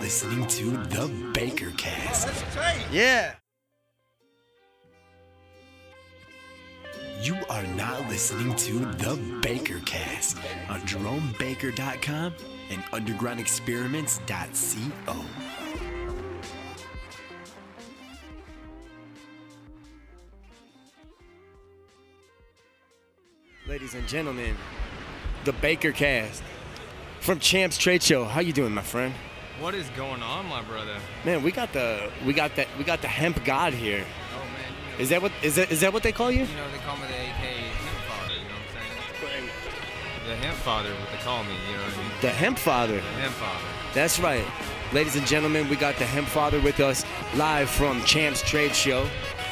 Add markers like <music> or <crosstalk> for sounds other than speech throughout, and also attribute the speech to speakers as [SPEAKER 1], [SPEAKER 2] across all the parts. [SPEAKER 1] listening to The Baker Cast.
[SPEAKER 2] Yeah.
[SPEAKER 1] You are not listening to The Baker Cast on JeromeBaker.com and UndergroundExperiments.co.
[SPEAKER 2] Ladies and gentlemen, the Baker Cast from Champs Trade Show. How you doing, my friend?
[SPEAKER 3] What is going on, my brother?
[SPEAKER 2] Man, we got the we got that we got the hemp god here.
[SPEAKER 3] Oh man, you know,
[SPEAKER 2] Is that what is that is that what they call you?
[SPEAKER 3] you know they call me the AK Hemp Father. You know what I'm saying? The Hemp Father, what they call me. You know what I mean?
[SPEAKER 2] The Hemp Father.
[SPEAKER 3] The Hemp Father.
[SPEAKER 2] That's right. Ladies and gentlemen, we got the Hemp Father with us live from Champs Trade Show.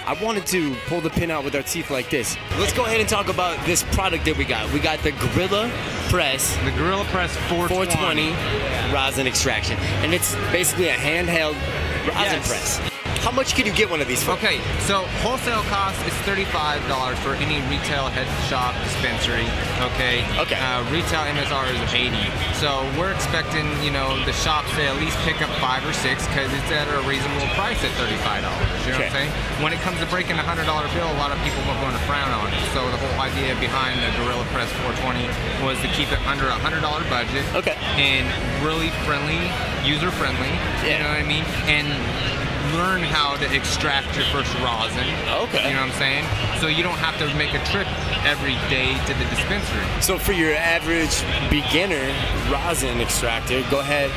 [SPEAKER 2] I wanted to pull the pin out with our teeth like this. Let's go ahead and talk about this product that we got. We got the Gorilla Press
[SPEAKER 3] The Gorilla Press 420.
[SPEAKER 2] 420 rosin extraction, and it's basically a handheld rosin
[SPEAKER 3] Yes.
[SPEAKER 2] press. How much can you get one of these for?
[SPEAKER 3] Okay, so wholesale cost is $35 for any retail head shop dispensary. Okay.
[SPEAKER 2] Okay.
[SPEAKER 3] Uh, retail MSR is 80. So we're expecting, you know, the shops to at least pick up five or six because it's at a reasonable price at $35. You know what I'm
[SPEAKER 2] Okay.
[SPEAKER 3] saying? When it comes to breaking a $100 bill, a lot of people are going to frown on it. So the whole idea behind the Gorilla Press 420 was to keep it under a $100 budget.
[SPEAKER 2] Okay.
[SPEAKER 3] And really friendly, user friendly. You
[SPEAKER 2] Yeah.
[SPEAKER 3] know what I mean? And learn how to extract your first rosin.
[SPEAKER 2] Okay.
[SPEAKER 3] You know what I'm saying? So you don't have to make a trip every day to the dispensary.
[SPEAKER 2] So for your average beginner rosin extractor, go ahead,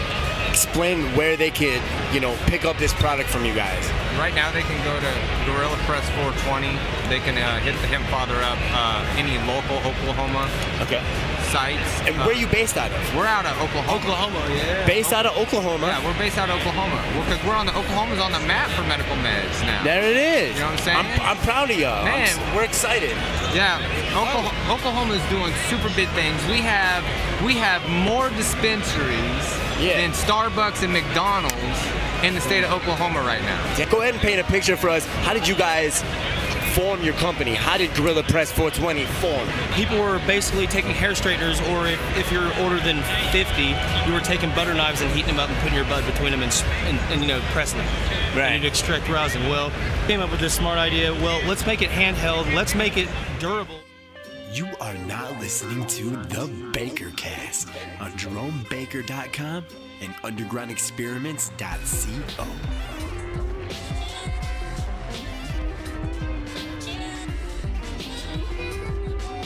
[SPEAKER 2] explain where they could, you know, pick up this product from you guys.
[SPEAKER 3] Right now they can go to Gorilla Press 420. They can uh, hit the Hemp Father up uh, any local Oklahoma
[SPEAKER 2] Okay.
[SPEAKER 3] sites.
[SPEAKER 2] And
[SPEAKER 3] Uh,
[SPEAKER 2] where are you based out of?
[SPEAKER 3] We're out of Oklahoma. Oklahoma, yeah.
[SPEAKER 2] Based out of Oklahoma.
[SPEAKER 3] Yeah, we're based out of Oklahoma. Because we're on the Oklahoma's on the map for medical meds now.
[SPEAKER 2] There it is.
[SPEAKER 3] You know what I'm saying?
[SPEAKER 2] I'm, proud of y'all. I'm s-
[SPEAKER 3] Man.
[SPEAKER 2] we're excited.
[SPEAKER 3] Yeah, Oklahoma, Oklahoma's doing super big things. We have we have more dispensaries
[SPEAKER 2] Yeah.
[SPEAKER 3] than Starbucks and McDonald's in the state of Oklahoma right now.
[SPEAKER 2] Yeah, Go ahead and paint a picture for us. How did you guys form your company? How did Gorilla Press 420 form?
[SPEAKER 4] people were basically taking hair straighteners, or if, if you're older than 50, you were taking butter knives and heating them up and putting your butt between them and, s- and, and you know pressing them.
[SPEAKER 2] Right.
[SPEAKER 4] And you'd extract rosin. Well, came up with this smart idea. Well, let's make it handheld. Let's make it durable.
[SPEAKER 1] You are not listening to The Baker Cast on JeromeBaker.com and UndergroundExperiments.co.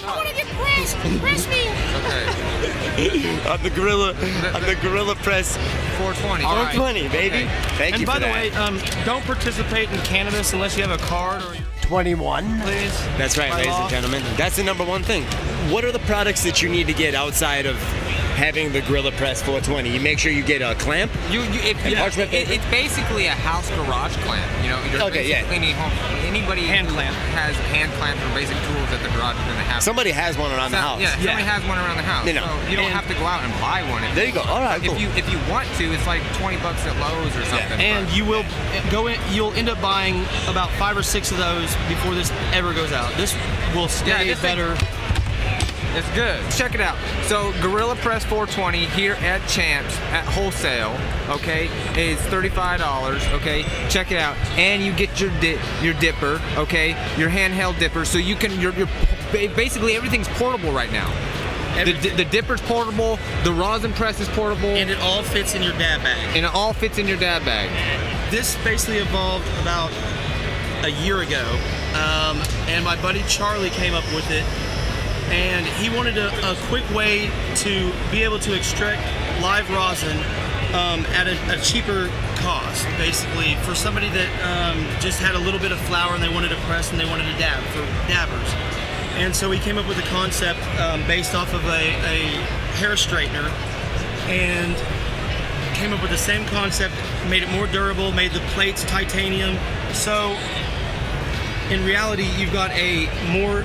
[SPEAKER 5] I want to get pressed. Press me.
[SPEAKER 3] Okay, <laughs>
[SPEAKER 2] on the gorilla on the gorilla press
[SPEAKER 3] 420.
[SPEAKER 2] All right. funny baby
[SPEAKER 3] Okay.
[SPEAKER 2] thank you
[SPEAKER 4] and by the way, um, don't participate in cannabis unless you have a card or
[SPEAKER 1] 21.
[SPEAKER 4] please.
[SPEAKER 2] that's right
[SPEAKER 4] by
[SPEAKER 2] ladies
[SPEAKER 4] law.
[SPEAKER 2] and gentlemen that's the number one thing what are the products that you need to get outside of having the gorilla press 420 you make sure you get a clamp
[SPEAKER 3] You, you, if,
[SPEAKER 2] And
[SPEAKER 3] yeah,
[SPEAKER 2] parchment
[SPEAKER 3] it-
[SPEAKER 2] paper?
[SPEAKER 3] it's basically a house garage clamp. You know, you're
[SPEAKER 2] Okay, yeah.
[SPEAKER 3] basically need home. Anybody
[SPEAKER 4] Hand
[SPEAKER 3] who
[SPEAKER 4] clamp.
[SPEAKER 3] has hand clamps or basic tools at the garage is gonna have.
[SPEAKER 2] somebody has one around
[SPEAKER 3] So-
[SPEAKER 2] the house
[SPEAKER 3] Yeah,
[SPEAKER 4] Yeah.
[SPEAKER 3] somebody has one around the house.
[SPEAKER 2] You know.
[SPEAKER 3] so you don't
[SPEAKER 4] And-
[SPEAKER 3] have to go out and buy one. If,
[SPEAKER 2] there you go all right cool
[SPEAKER 3] if you if you want to, it's like 20 bucks at Lowe's or something.
[SPEAKER 4] And you will eh, go in. You'll end up buying about five or six of those before this ever goes out. This will
[SPEAKER 3] Yeah,
[SPEAKER 4] stay
[SPEAKER 3] this thing-
[SPEAKER 4] better.
[SPEAKER 3] It's good. Check it out. So Gorilla Press 420 here at Champs at wholesale, okay, is $35, okay? Check it out. And you get your di- your dipper, okay? Your handheld dipper so you can your your ba- basically everything's portable right now. The, di- the dipper's portable, the rosin press is portable, and
[SPEAKER 4] and it all fits in your dab bag.
[SPEAKER 3] it all fits in your dad bag.
[SPEAKER 4] this basically evolved about a year ago, um, and my buddy Charlie came up with it, and he wanted a, a quick way to be able to extract live rosin um, at a, a cheaper cost, basically for somebody that um, just had a little bit of flour and they wanted to press and they wanted to dab for dabbers. And so he came up with a concept um, based off of a, a hair straightener, and came up with the same concept, made it more durable, made the plates titanium. So, in reality, you've got a more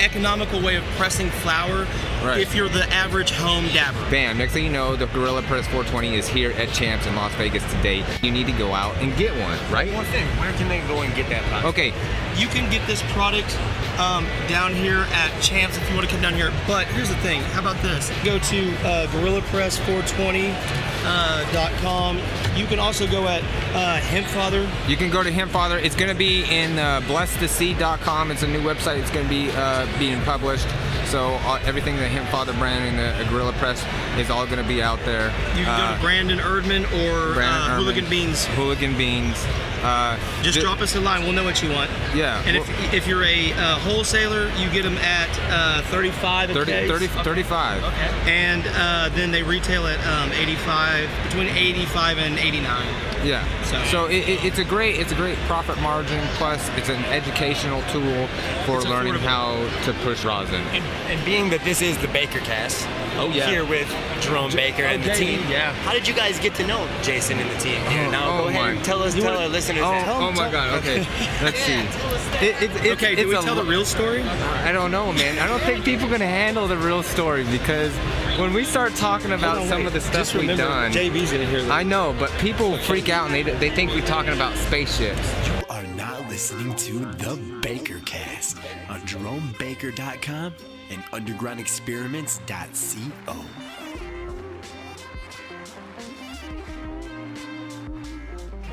[SPEAKER 4] economical way of pressing flour
[SPEAKER 3] Right.
[SPEAKER 4] if you're the average home dabber.
[SPEAKER 3] Bam. Next thing you know, the Gorilla Press 420 is here at Champs in Las Vegas today. You need to go out and get one, right?
[SPEAKER 2] One thing, where can they go and get that product?
[SPEAKER 3] Okay.
[SPEAKER 4] You can get this product um, down here at Champs if you want to come down here. But here's the thing. How about this? Go to uh, GorillaPress420.com. Uh, dot com. you can also go at uh, Hempfather.
[SPEAKER 3] You can go to Hempfather. It's going to be in uh, blessedtoseed.com. It's a new website. It's going to be uh, being published. So uh, everything the Hempfather brand and the uh, Gorilla Press is all going to be out there.
[SPEAKER 4] You can go
[SPEAKER 3] Uh,
[SPEAKER 4] to Brandon Erdman or
[SPEAKER 3] Brandon
[SPEAKER 4] uh,
[SPEAKER 3] Irwin,
[SPEAKER 4] Hooligan Beans.
[SPEAKER 3] Hooligan Beans. Uh,
[SPEAKER 4] Just
[SPEAKER 3] th-
[SPEAKER 4] drop us a line. We'll know what you want.
[SPEAKER 3] Yeah.
[SPEAKER 4] And if, if you're a uh, wholesaler, you get them at uh, 35 a
[SPEAKER 3] 30,
[SPEAKER 4] case.
[SPEAKER 3] 30, 35.
[SPEAKER 4] And uh, then they retail at um, 85, between 85 and 89.
[SPEAKER 3] Yeah.
[SPEAKER 4] So-
[SPEAKER 3] So, it, it, it's a great it's a great profit margin. Plus, it's an educational tool for
[SPEAKER 4] It's
[SPEAKER 3] learning
[SPEAKER 4] affordable.
[SPEAKER 3] how to push rosin.
[SPEAKER 2] And, and being that this is the Baker Cast, oh
[SPEAKER 3] yeah.
[SPEAKER 2] here with Jerome Baker and the
[SPEAKER 3] JD,
[SPEAKER 2] team.
[SPEAKER 3] yeah.
[SPEAKER 2] How did you guys get to know Jason and the team? Here,
[SPEAKER 3] Oh,
[SPEAKER 2] now
[SPEAKER 3] oh
[SPEAKER 2] go
[SPEAKER 3] my.
[SPEAKER 2] ahead and tell us,
[SPEAKER 4] You
[SPEAKER 2] tell
[SPEAKER 4] wanna-
[SPEAKER 2] our listeners.
[SPEAKER 3] Oh,
[SPEAKER 2] that.
[SPEAKER 3] oh my God! Okay, let's see. It, it, it,
[SPEAKER 4] Okay,
[SPEAKER 3] it's
[SPEAKER 4] do we
[SPEAKER 3] a
[SPEAKER 4] tell the
[SPEAKER 3] lo-
[SPEAKER 4] real story?
[SPEAKER 3] I don't know, man. I don't think people are gonna handle the real story because when we start talking about some of the stuff we've done,
[SPEAKER 4] JB's gonna hear
[SPEAKER 3] I know, but people freak out and they, they think we're talking about spaceships.
[SPEAKER 1] You are not listening to The Baker Cast on JeromeBaker.com and UndergroundExperiments.co.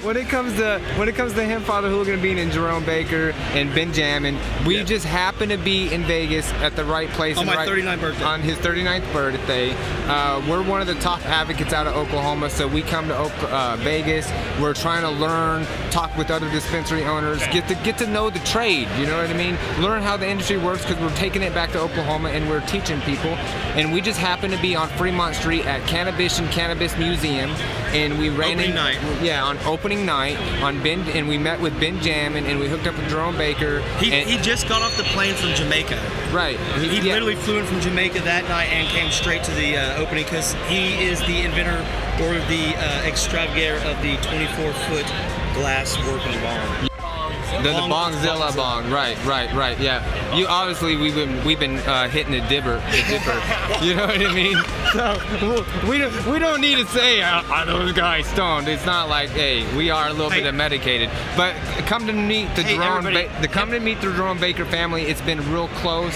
[SPEAKER 3] When it comes to when it comes to him, Father Hooligan Bean and Jerome Baker and Benjamin, we just happen to be in Vegas at the right place
[SPEAKER 4] On
[SPEAKER 3] and
[SPEAKER 4] my
[SPEAKER 3] right-
[SPEAKER 4] 39th birthday.
[SPEAKER 3] On his 39th birthday, uh, we're one of the top advocates out of Oklahoma, so we come to Ok- uh, Vegas. We're trying to learn, talk with other dispensary owners, get to get to know the trade. You know what I mean? Learn how the industry works because we're taking it back to Oklahoma and we're teaching people. And we just happen to be on Fremont Street at Cannabis and Cannabis Museum, and we ran
[SPEAKER 4] Opening
[SPEAKER 3] in-
[SPEAKER 4] night.
[SPEAKER 3] yeah, on opening night on Ben, and we met with Ben Jammin, and we hooked up with Jerome Baker.
[SPEAKER 4] He,
[SPEAKER 3] and,
[SPEAKER 4] he just got off the plane from Jamaica.
[SPEAKER 3] right.
[SPEAKER 4] He
[SPEAKER 3] yeah.
[SPEAKER 4] literally flew in from Jamaica that night and came straight to the uh, opening because he is the inventor or the uh, extravagator of the 24 foot glass working bomb.
[SPEAKER 3] the, the
[SPEAKER 4] bong-
[SPEAKER 3] Bongzilla
[SPEAKER 4] bongzilla.
[SPEAKER 3] bong. Right, right, right. Yeah. You obviously we've been we've been uh, hitting the dibber, the dipper.
[SPEAKER 4] <laughs>
[SPEAKER 3] you know what I mean? So we don't we don't need to say uh, are those guys stoned. It's not like hey we are a little
[SPEAKER 4] Hey.
[SPEAKER 3] bit medicated. But come to meet the
[SPEAKER 4] Hey,
[SPEAKER 3] Jerome
[SPEAKER 4] everybody.
[SPEAKER 3] ba- the come to meet the Jerome Baker family. It's been real close,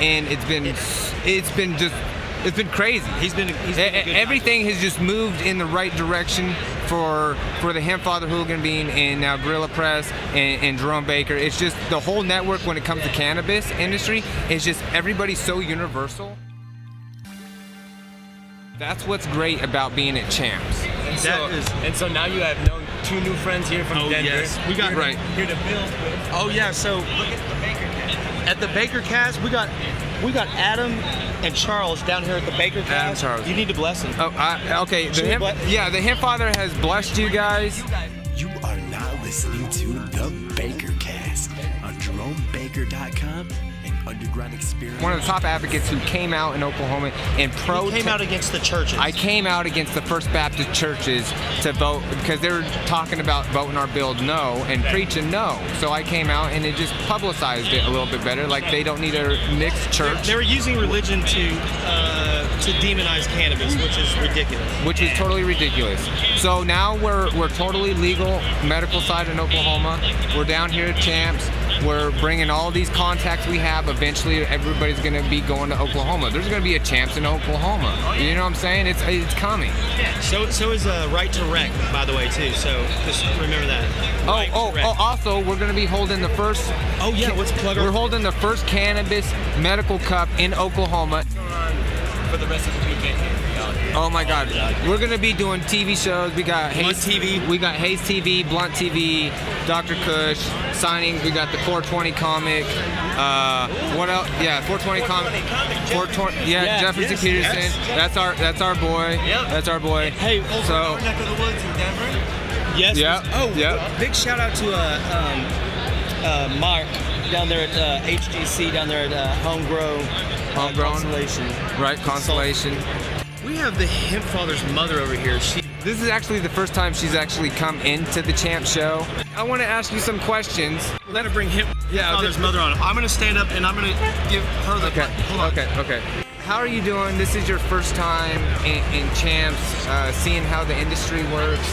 [SPEAKER 3] and it's been it's been just. It's been crazy.
[SPEAKER 4] He's been, he's
[SPEAKER 3] E-
[SPEAKER 4] been a good
[SPEAKER 3] e- everything has just moved in the right direction for for the Hemp Father Hooligan Bean and now uh, Gorilla Press and, and Jerome Baker. It's just the whole network when it comes to cannabis industry is just everybody's so universal. That's what's great about being at Champs.
[SPEAKER 2] And
[SPEAKER 4] that
[SPEAKER 2] so,
[SPEAKER 4] is-
[SPEAKER 2] and so now you have known two new friends here from
[SPEAKER 4] Oh,
[SPEAKER 2] Denver.
[SPEAKER 4] yes. We got-
[SPEAKER 2] Here to-
[SPEAKER 3] Right.
[SPEAKER 2] here to build with.
[SPEAKER 4] Oh yeah, so at the Baker Cast, we got we got Adam and Charles down here at the Baker Cast.
[SPEAKER 3] Charles.
[SPEAKER 4] You need to bless them.
[SPEAKER 3] Oh, I, okay. The
[SPEAKER 4] Should we
[SPEAKER 3] hemp,
[SPEAKER 4] ble-
[SPEAKER 3] yeah, the Hemp Father has blessed you guys.
[SPEAKER 1] You are not listening to The Baker Cast on JeromeBaker.com and Underground Experiments.
[SPEAKER 3] One of the top advocates who came out in Oklahoma and pro
[SPEAKER 4] He came out against the churches.
[SPEAKER 3] Oh, I came out against the First Baptist churches to vote because they were talking about voting our bill no and preaching no. So I came out and it just publicized it a little bit better. Like they don't need a mixed church,
[SPEAKER 4] they were using religion to uh, to demonize cannabis, which is ridiculous.
[SPEAKER 3] which is totally ridiculous. So now we're we're totally legal medical side in Oklahoma. We're down here at Champs. We're bringing all these contacts we have. Eventually, everybody's going to be going to Oklahoma. There's going to be a Champs in Oklahoma. You know what I'm saying? It's it's coming.
[SPEAKER 4] So so is uh, right to wreck, by the way, too. So just remember that.
[SPEAKER 3] Oh,
[SPEAKER 4] Right to
[SPEAKER 3] oh,
[SPEAKER 4] Rec.
[SPEAKER 3] oh, also, we're going to be holding the first.
[SPEAKER 4] Oh, yeah, let's plug our-
[SPEAKER 3] We're holding the first cannabis medical cup in Oklahoma.
[SPEAKER 2] For the rest of the weekend here.
[SPEAKER 3] Oh my God, we're going to be doing TV shows. We got
[SPEAKER 4] Blunt
[SPEAKER 3] Haze
[SPEAKER 4] TV.
[SPEAKER 3] We got Haze TV, Blunt TV, Dr. Kush signings. We got the 420 comic. Uh, what else? Yeah, 420 comic. 420. Yeah,
[SPEAKER 4] Yeah,
[SPEAKER 3] Jefferson
[SPEAKER 4] yes,
[SPEAKER 3] Peterson.
[SPEAKER 4] yes.
[SPEAKER 3] That's our. That's our boy.
[SPEAKER 2] Yep.
[SPEAKER 3] That's our boy.
[SPEAKER 4] Hey, oh,
[SPEAKER 3] so.
[SPEAKER 2] Neck of the woods in Denver.
[SPEAKER 4] Yes.
[SPEAKER 3] Yeah,
[SPEAKER 4] yes. Oh,
[SPEAKER 3] yeah.
[SPEAKER 4] Big shout out to uh, um, uh, Mark down there at uh, HGC down there at uh, Homegrown. uh,
[SPEAKER 3] Homegrown.
[SPEAKER 4] Constellation.
[SPEAKER 3] Right, Constellation.
[SPEAKER 4] We have the hemp father's mother over here. She
[SPEAKER 3] This is actually the first time she's actually come into the champ show. I want to ask you some questions.
[SPEAKER 4] I'm gonna bring hemp
[SPEAKER 3] Yeah,
[SPEAKER 4] father's
[SPEAKER 3] this-
[SPEAKER 4] mother on. I'm gonna stand up and I'm gonna give her the.
[SPEAKER 3] Okay.
[SPEAKER 4] Hold on.
[SPEAKER 3] Okay. Okay. how are you doing? This is your first time in, in Champs, uh, seeing how the industry works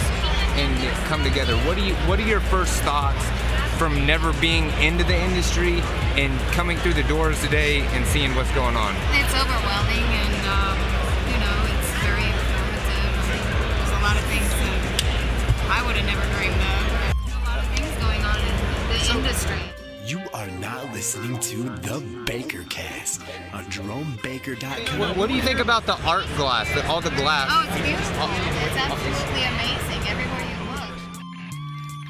[SPEAKER 3] and come together. What do you? What are your first thoughts from never being into the industry and coming through the doors today and seeing what's going on?
[SPEAKER 6] It's overwhelming, and um, you know, it's very informative. and There's a lot of things that I would have never dreamed of. There's a lot of things going on in the industry.
[SPEAKER 1] You are not listening to the Baker Cast on JeromeBaker.com.
[SPEAKER 3] What, what do you think about the art glass? The, all the glass.
[SPEAKER 6] Oh, it's beautiful. It's absolutely amazing everywhere you look.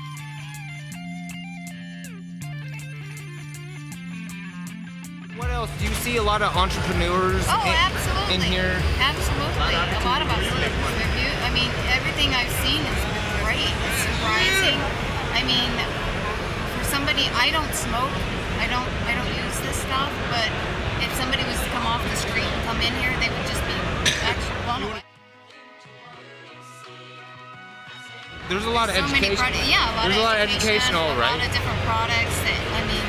[SPEAKER 3] What else? Do you see a lot of entrepreneurs
[SPEAKER 6] Oh,
[SPEAKER 3] in, in
[SPEAKER 6] absolutely.
[SPEAKER 3] here?
[SPEAKER 6] Absolutely. A lot of us live review. I mean, everything I've seen is great. It's surprising. I mean, for somebody, I don't smoke. I don't. I don't use this stuff. But if somebody was to come off the street and come in here, they would just be actually blown away.
[SPEAKER 3] There's a lot of
[SPEAKER 6] so
[SPEAKER 3] education.
[SPEAKER 6] many products. Yeah, a lot
[SPEAKER 3] There's
[SPEAKER 6] of
[SPEAKER 3] a lot of
[SPEAKER 6] education,
[SPEAKER 3] educational,
[SPEAKER 6] a lot
[SPEAKER 3] right?
[SPEAKER 6] of different products. That I mean,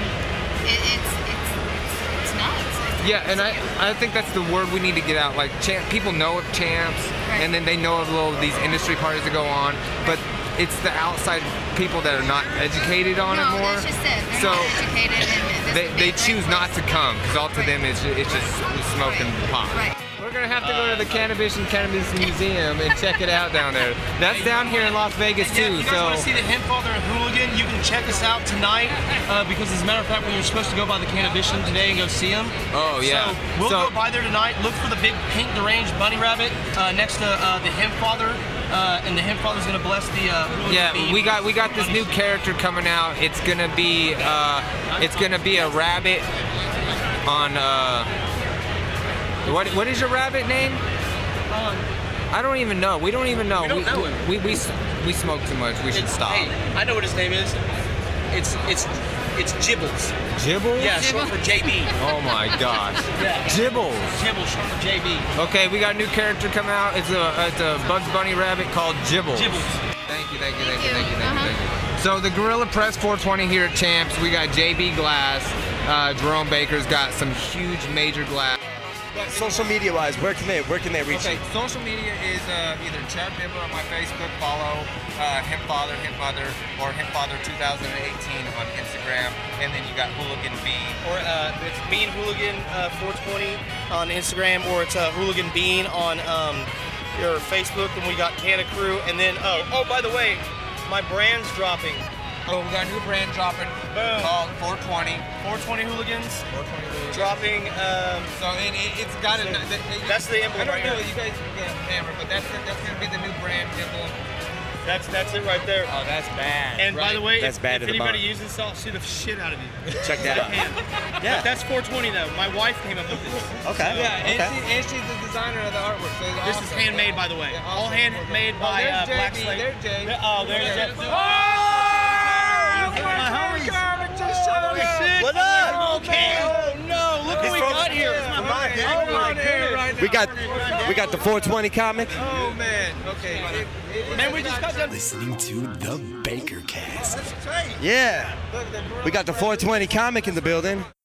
[SPEAKER 6] it, it's, it's it's it's nuts. It's
[SPEAKER 3] Yeah, and I, I think that's the word we need to get out. Like, champ, people know of champs,
[SPEAKER 6] Right.
[SPEAKER 3] and then they know of little these industry parties that go on, but it's the outside people that are not educated on
[SPEAKER 6] no,
[SPEAKER 3] it more.
[SPEAKER 6] that's just it.
[SPEAKER 3] so
[SPEAKER 6] They're not educated, and this
[SPEAKER 3] they,
[SPEAKER 6] would be
[SPEAKER 3] they
[SPEAKER 6] a great
[SPEAKER 3] choose not to
[SPEAKER 6] place
[SPEAKER 3] come because all to
[SPEAKER 6] Right.
[SPEAKER 3] them is it's just smoke
[SPEAKER 6] Right.
[SPEAKER 3] and pop.
[SPEAKER 6] Right.
[SPEAKER 3] We're gonna have to go to the Cannabis and Cannabis Museum and check it out down there. That's down here in Las Vegas
[SPEAKER 4] Yeah, if
[SPEAKER 3] too.
[SPEAKER 4] you guys want to see
[SPEAKER 3] So
[SPEAKER 4] the Hemp Father and Hooligan, you can check us out tonight uh, because, as a matter of fact, we were supposed to go by the Cannabition today and go see them.
[SPEAKER 3] Oh, yeah.
[SPEAKER 4] So we'll
[SPEAKER 3] So-
[SPEAKER 4] go by there tonight. Look for the big pink deranged bunny rabbit uh, next to uh, the Hemp Father, uh, and the Hemp Father's going to bless the. Uh, Hooligan
[SPEAKER 3] yeah,
[SPEAKER 4] bean.
[SPEAKER 3] we got we got this new character coming out. It's gonna be uh, it's gonna be a rabbit on uh, what what is your rabbit name? I don't even know. We don't even know.
[SPEAKER 4] Um, We don't know him.
[SPEAKER 3] we, we, we s- we smoke too much. We should
[SPEAKER 4] It's-
[SPEAKER 3] stop.
[SPEAKER 4] Hey, I know what his name is. It's it's it's Jibbles.
[SPEAKER 3] Jibbles?
[SPEAKER 4] Yeah, short for JB.
[SPEAKER 3] Oh my
[SPEAKER 4] <laughs>
[SPEAKER 3] gosh. Jibbles.
[SPEAKER 4] Jibbles, short for JB.
[SPEAKER 3] Okay, we got a new character coming out. It's a it's a Bugs Bunny rabbit called Jibbles.
[SPEAKER 4] Jibbles.
[SPEAKER 3] Thank you, thank you, thank
[SPEAKER 6] Thank
[SPEAKER 3] you,
[SPEAKER 6] you.
[SPEAKER 3] thank you, thank you,
[SPEAKER 6] Uh-huh.
[SPEAKER 3] thank you. So the Gorilla Press 420 here at Champs. We got JB Glass. Uh, Jerome Baker's got some huge major glass.
[SPEAKER 2] Social media wise, where can they where can they reach
[SPEAKER 3] Okay,
[SPEAKER 2] you?
[SPEAKER 3] social media is uh, either Chad Bibber on my Facebook, follow uh, Hemp Father, Hemp Mother, or Hemp Father 2018 on Instagram, and then you got Hooligan Bean.
[SPEAKER 4] Or uh, it's me and Hooligan uh, 420 on Instagram, or it's uh, Hooligan Bean on um, your Facebook, and we got Canna Crew, and then oh oh by the way, my brand's dropping.
[SPEAKER 3] Oh, we got a new brand dropping
[SPEAKER 4] Boom.
[SPEAKER 3] called 420.
[SPEAKER 4] 420 Hooligans
[SPEAKER 3] 420 Hooligan.
[SPEAKER 4] dropping. Um,
[SPEAKER 3] So it, it, it's got a.
[SPEAKER 4] So
[SPEAKER 3] th- th-
[SPEAKER 4] that's the
[SPEAKER 3] I
[SPEAKER 4] emblem
[SPEAKER 3] don't know.
[SPEAKER 4] right here.
[SPEAKER 3] You guys can get on camera, but that's the- that's gonna be the new brand emblem.
[SPEAKER 4] that's that's it right there.
[SPEAKER 3] Oh, that's bad.
[SPEAKER 4] And by the way,
[SPEAKER 2] That's
[SPEAKER 4] if,
[SPEAKER 2] bad to
[SPEAKER 4] if
[SPEAKER 2] the
[SPEAKER 4] anybody
[SPEAKER 2] bone.
[SPEAKER 4] uses this, I'll shoot the shit out of you.
[SPEAKER 2] Check that out.
[SPEAKER 4] But that's 420 though. My wife came up with this. <laughs>
[SPEAKER 2] Okay.
[SPEAKER 3] yeah, and,
[SPEAKER 2] okay.
[SPEAKER 3] she, and she's the designer of the artwork. So it's
[SPEAKER 4] This is
[SPEAKER 3] awesome.
[SPEAKER 4] handmade, by the way.
[SPEAKER 3] Yeah,
[SPEAKER 4] All
[SPEAKER 3] awesome.
[SPEAKER 4] handmade
[SPEAKER 3] Oh,
[SPEAKER 4] by uh,
[SPEAKER 3] there's
[SPEAKER 4] Black
[SPEAKER 3] JB,
[SPEAKER 4] Slate.
[SPEAKER 3] There's Jay.
[SPEAKER 4] Oh, there's Jay.
[SPEAKER 3] Oh,
[SPEAKER 4] Look at
[SPEAKER 3] my
[SPEAKER 4] my homies.
[SPEAKER 3] God, just showed up.
[SPEAKER 2] What up?
[SPEAKER 4] Oh, no, look
[SPEAKER 2] He's
[SPEAKER 4] who we
[SPEAKER 2] from-
[SPEAKER 4] got here. It's my brother.
[SPEAKER 3] Oh, my goodness.
[SPEAKER 2] We got we got the 420 comic.
[SPEAKER 3] Oh man. Okay. It, it,
[SPEAKER 4] Man, we just got done.
[SPEAKER 1] Listening to the Baker Cast.
[SPEAKER 3] That's great.
[SPEAKER 2] Yeah.
[SPEAKER 3] Look, the
[SPEAKER 2] We got the 420 comic in the building.